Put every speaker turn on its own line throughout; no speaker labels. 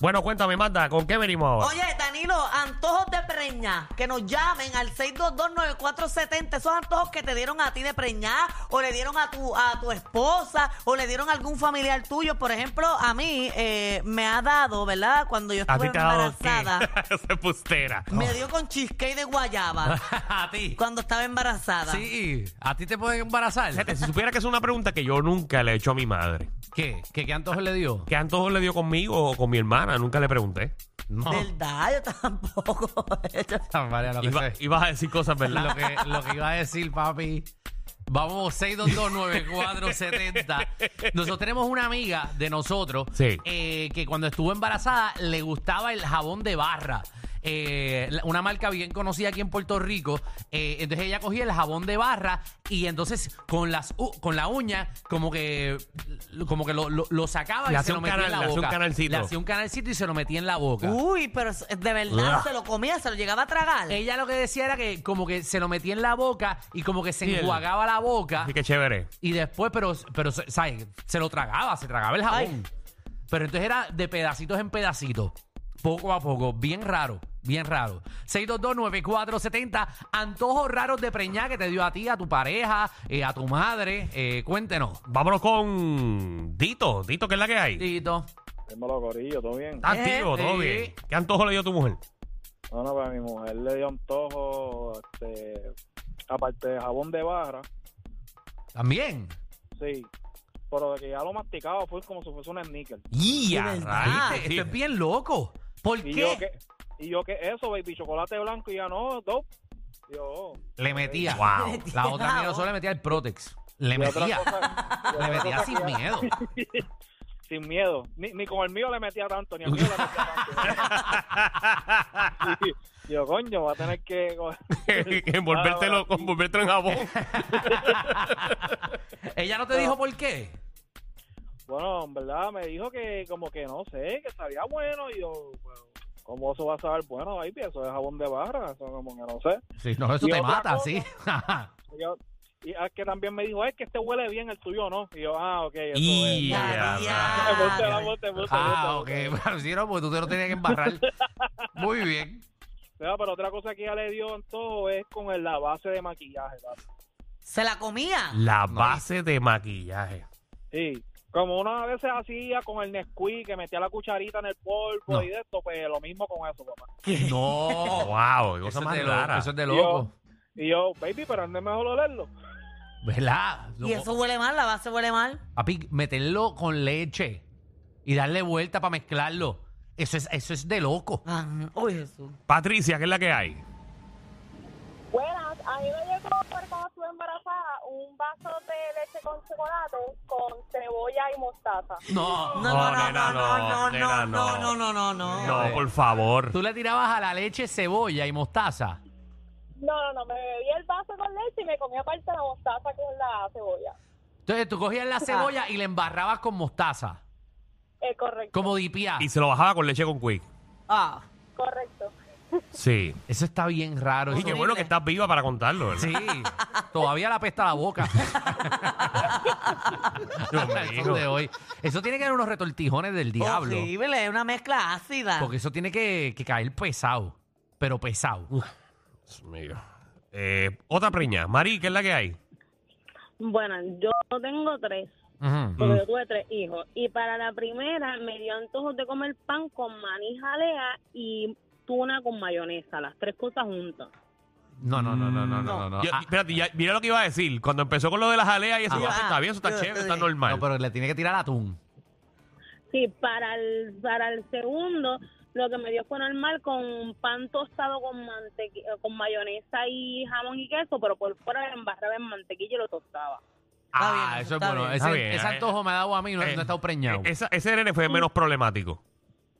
Bueno, cuéntame, Magda, ¿con qué venimos ahora?
Oye, Danilo, antojos de preña. Que nos llamen al 6229470. Esos antojos que te dieron a ti de preñar, o le dieron a tu, a tu esposa, o le dieron a algún familiar tuyo. Por ejemplo, a mí eh, me ha dado, ¿verdad? Cuando yo
¿A
estuve
ti te ha dado Oh.
embarazada,
qué? Esa embustera.
me dio con cheesecake de guayaba
a ti.
cuando estaba embarazada.
Sí, a ti te pueden embarazar.
Fíjate, si supiera que es una pregunta que yo nunca le he hecho a mi madre.
¿Qué? ¿Qué, qué antojo le dio?
¿Qué antojo le dio conmigo o con mi hermana? Nunca le pregunté.
No.
¿Verdad? Yo tampoco.
María, lo, que
Iba-
sé.
ibas a decir cosas, ¿verdad?
Pues lo, que, lo que iba a decir, papi. Vamos, 6229470. Nosotros tenemos una amiga de nosotros
Sí.
eh, que cuando estuvo embarazada le gustaba el jabón de barra. Eh, la- una marca bien conocida aquí en Puerto Rico. Eh, entonces ella cogía el jabón de barra y entonces con las u- con la uña como que como que lo, lo- lo sacaba
Le
y
hacía
se lo
un
metía
canal,
en la
le hacía un
boca.
canalcito.
Le hacía un canalcito y se lo metía en la boca.
Uy, pero es- de verdad
Ugh.
se lo comía, se lo llegaba a tragar.
Ah.
Ella lo que decía era que como que se lo metía en la boca y como que se
Sí, el-
enjuagaba la boca
Así que chévere.
y después, pero, pero ¿sabes? Se lo tragaba, se tragaba el jabón. Pero entonces era de pedacitos en pedacitos, poco a poco, bien raro, bien raro. 6229470, antojos raros de preñar que te dio a ti, a tu pareja, eh, a tu madre, eh, cuéntenos.
Vámonos con Dito. Dito, ¿qué es la que hay?
Tito.
Dímelo, Corillo, ¿todo bien?
¿Estás activo?
Eh,
¿Todo
sí.
bien? ¿Qué antojo le dio tu mujer?
No, no, pero a pues, mi mujer le dio antojo, este, aparte de jabón de barra,
También.
sí, pero de que ya lo masticaba fue como si fuese un sneaker.
¡Ya!
Ah,
rayos, sí.
esto es bien loco. ¿Por
Y
qué?
yo que, y yo que eso, baby, chocolate blanco, y ya no, dope. Yo, oh.
Le metía.
Wow.
La otra mía no solo le metía el Protex. Le
Y otra
metía.
cosa- y
Le
otra
metía
cosa
sin
que ya-
miedo.
Sin miedo. Ni, ni con el mío le metía tanto, ni al mío le metía tanto. Y yo, coño, va a tener que... Ah, coger-
envolvértelo, envolvértelo en jabón.
Ella no te dijo por qué.
Bueno, en verdad me dijo que como que no sé, que sabía bueno y yo, pues, ¿cómo eso va a saber bueno? Ahí eso es jabón de barra, eso como que no sé.
Sí, no, eso
Y
te
otra
mata,
cosa.
sí.
Y, yo- y es que también me dijo, es que este huele bien, el tuyo no. Y yo, ah, ok, eso
Y-
es.
Ya,
Ya,
Ah,
ya.
ponte la, ponte, ponte,
ah, ok.
ponte, ponte.
Bueno, sí, no, porque tú te lo tenías que embarrar. Muy bien.
Mira, pero otra cosa que ya le dio en todo es con el- la base de maquillaje, papi.
Se la comía.
La base de maquillaje.
Sí. Como una vez hacía con el Nesquik, que metía la cucharita en el polvo
No.
y de esto, pues lo mismo con eso, papá.
No.
Wow, qué cosa
eso, es
más
de loco,
rara.
eso es de loco.
Y yo, baby, pero no es mejor olerlo.
¿Verdad?
Y eso huele mal, la base huele mal.
Papi, meterlo con leche y darle vuelta para mezclarlo. Eso es, eso es de loco.
Ah, uy, Jesús.
Patricia, ¿qué es la que hay?
Buenas, a mí me llegó por cuando estuve embarazada un vaso de leche con chocolate con cebolla y mostaza.
No.
No, no, no,
nena,
no, no,
nena,
no, no, no, no, no, no.
eh.
No, por favor.
Tú le tirabas a la leche cebolla y mostaza.
No, no, no, me bebí el vaso con leche y me comí aparte la mostaza con la cebolla.
Entonces tú cogías la cebolla y la embarrabas con mostaza.
Eh, correcto,
Como dipía.
Y se lo bajaba con leche con quick.
Ah,
correcto.
Sí.
Eso está bien raro.
Y
eso.
qué bueno que estás viva para contarlo, ¿verdad?
Sí, todavía la pesta la boca.
Dios
eso, de
mío.
hoy. eso tiene que haber unos retortijones del diablo.
horrible, es una mezcla ácida.
Porque eso tiene que, que caer pesado. Pero pesado.
Dios mío. Eh, otra preña. Mari, ¿qué es la que hay?
Bueno, yo tengo tres,
Ujú.
porque
Mm.
yo tuve tres hijos. Y para la primera me dio antojos de comer pan con maní jalea y tuna con mayonesa, las tres cosas juntas.
No, no, no, no, no, no, no. no.
Yo-
Ah,
espérate, ya- mira lo que iba a decir. Cuando empezó con lo de las aleas y eso,
Ah.
yo, está bien, eso está
Ah.
chévere, está
no,
normal.
pero le tiene que tirar atún.
Sí, para el, para el segundo Lo que me dio fue normal con pan tostado con mantequi- eh, con mayonesa y jamón y queso, pero por fuera lo embarraba en mantequilla y lo tostaba.
Está
ah,
bien,
eso es
está
bueno.
bien.
Ese,
Está bien,
ese
eh,
antojo me ha dado a mí, no,
eh,
no he estado preñado.
Esa- ese nene fue menos problemático.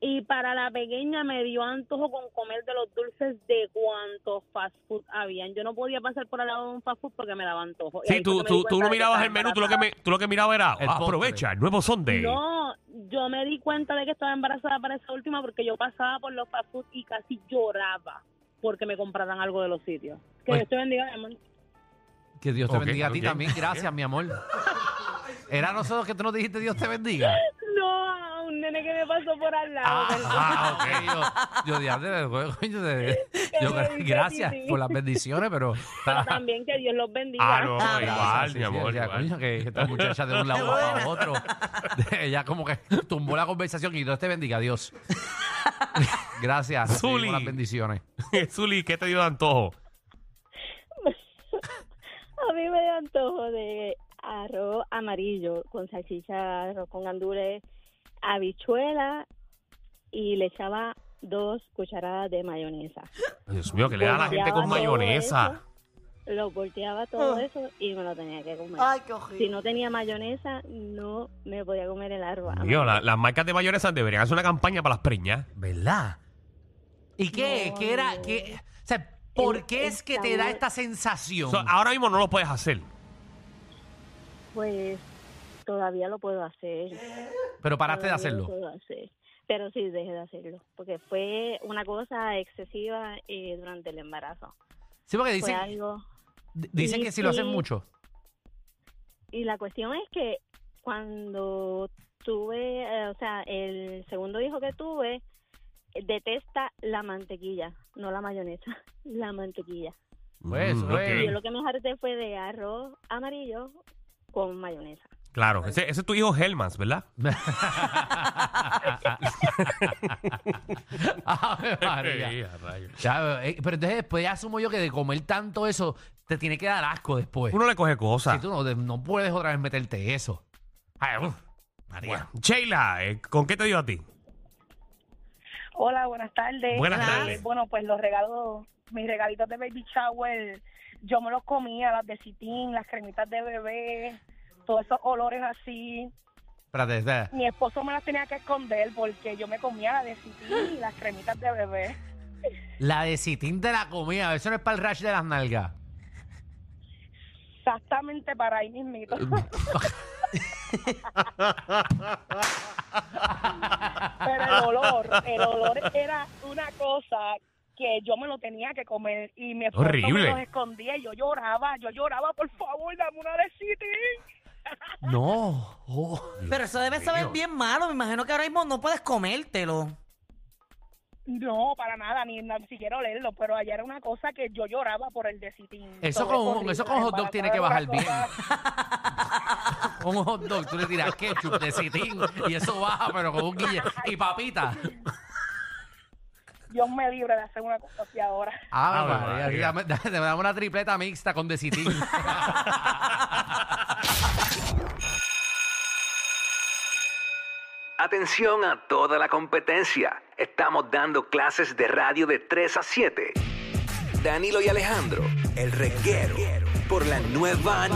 Y para la pequeña me dio antojo con comer de los dulces de cuantos fast food habían. Yo no podía pasar por al lado de un fast food porque me daba antojo. Y
Sí,
ahí fue
tú,
que me di
tú, tú
cuenta
no
de que
mirabas
estaba
el menú, tú lo que,
embarazada.
me- tú lo que mirabas era
El postre.
aprovecha el nuevo sonde.
No, yo me di cuenta de que estaba embarazada para esa última porque yo pasaba por los fast food y casi lloraba porque me compraran algo de los sitios. Que
Pues-
Dios te bendiga, mi amor.
Que Dios te
Ok,
bendiga a ti
ok.
también. Gracias, mi amor. Era nosotros que tú nos dijiste Dios te bendiga.
No, a un nene que me pasó por al lado. perdón.
Ah, ok. Yo, yo, diantre, del juego, coño, de- yo,
me dice
gracias
Titi.
por las bendiciones, pero.
Pero también que Dios los bendiga.
Ah, no,
Ah,
igual,
Sí,
mi
sí,
amor.
ya,
igual.
coño, que esta muchacha de un lado para otro. Ella como que tumbó la conversación y Dios te bendiga, Dios. Gracias. recibimos
Zuli.
las bendiciones.
Zuli, ¿qué te dio de antojo?
A mí me da antojo de arroz amarillo con salchicha, arroz con gandules, habichuela y le echaba dos cucharadas de mayonesa.
Dios mío, que le da a la gente
Volteaba
con
todo
mayonesa.
Lo volteaba todo
Ah.
eso y me lo tenía que comer.
Ay, qué
Si
horrible.
no tenía mayonesa, no me podía comer el arroz.
Dios,
amarillo.
la- las marcas de mayonesa deberían hacer una campaña para las preñas.
¿Verdad? ¿Y qué?
No,
¿Qué era?
no.
¿Qué? O sea, ¿por
El-
qué
el
es que te da
sabor.
esta sensación?
So, ah. ahora mismo no lo puedes hacer.
Pues todavía lo puedo hacer.
pero paraste de
Todavía lo
hacerlo.
puedo hacer. Pero sí, dejé de hacerlo, porque fue una cosa excesiva eh, durante el embarazo.
Sí, porque
Fue
dicen,
algo...
di- dicen que si lo hacen
difícil.
mucho.
Y la cuestión es que cuando tuve, eh, o sea, el segundo hijo que tuve, eh, detesta la mantequilla, no la mayonesa, la mantequilla.
Pues,
Mm,
pues.
ok.
Yo lo que me harté fue de arroz amarillo con mayonesa.
Claro, ese, ese es tu hijo Helmans, ¿verdad?
Ave María.
Ey, a rayos.
Ah, Ya, eh, pero entonces después ya asumo yo que de comer tanto eso te tiene que dar asco después.
Uno le coge cosas.
Si tú no, de- no puedes otra vez meterte eso. Ay, uf, María.
Bueno, Sheila, eh, ¿con qué te dio a ti?
Hola, buenas tardes.
Buenas
Ah,
tardes.
Bueno, pues los regalos, mis regalitos de baby shower, yo me los comía, las de citín, las cremitas de bebé, todos esos olores así.
Espérate, espérate.
Mi esposo me las tenía que esconder porque yo me comía las de citín y las cremitas de bebé.
La de citín de la comida, eso no es para el rash de las nalgas.
Exactamente para ahí mismito.
Eh,
Pero el olor, el olor era una cosa que yo me lo tenía que comer y mi esposo
Horrible.
me los escondía y yo lloraba, yo lloraba, por favor, dame una de City.
No. Oh.
Pero eso debe saber bien malo. Me imagino que ahora mismo no puedes comértelo.
No, para nada, ni, ni siquiera olerlo, pero allá era una cosa que yo lloraba por el de Citín.
Eso
Todo
con-
horrible,
eso con hot dog tiene que
embarazada,
bajar
una cosa-
Un hot dog, tú le tiras ketchup de citín y eso baja, pero con un guille. Y papita.
Dios me libre de hacer una cosa así ahora.
Ah,
Ave
María,
María.
dame- dame- dame una tripleta mixta con de citín.
Atención a toda la competencia. Estamos dando clases de radio de 3 a 7. Danilo y Alejandro, el reguero, por la nueva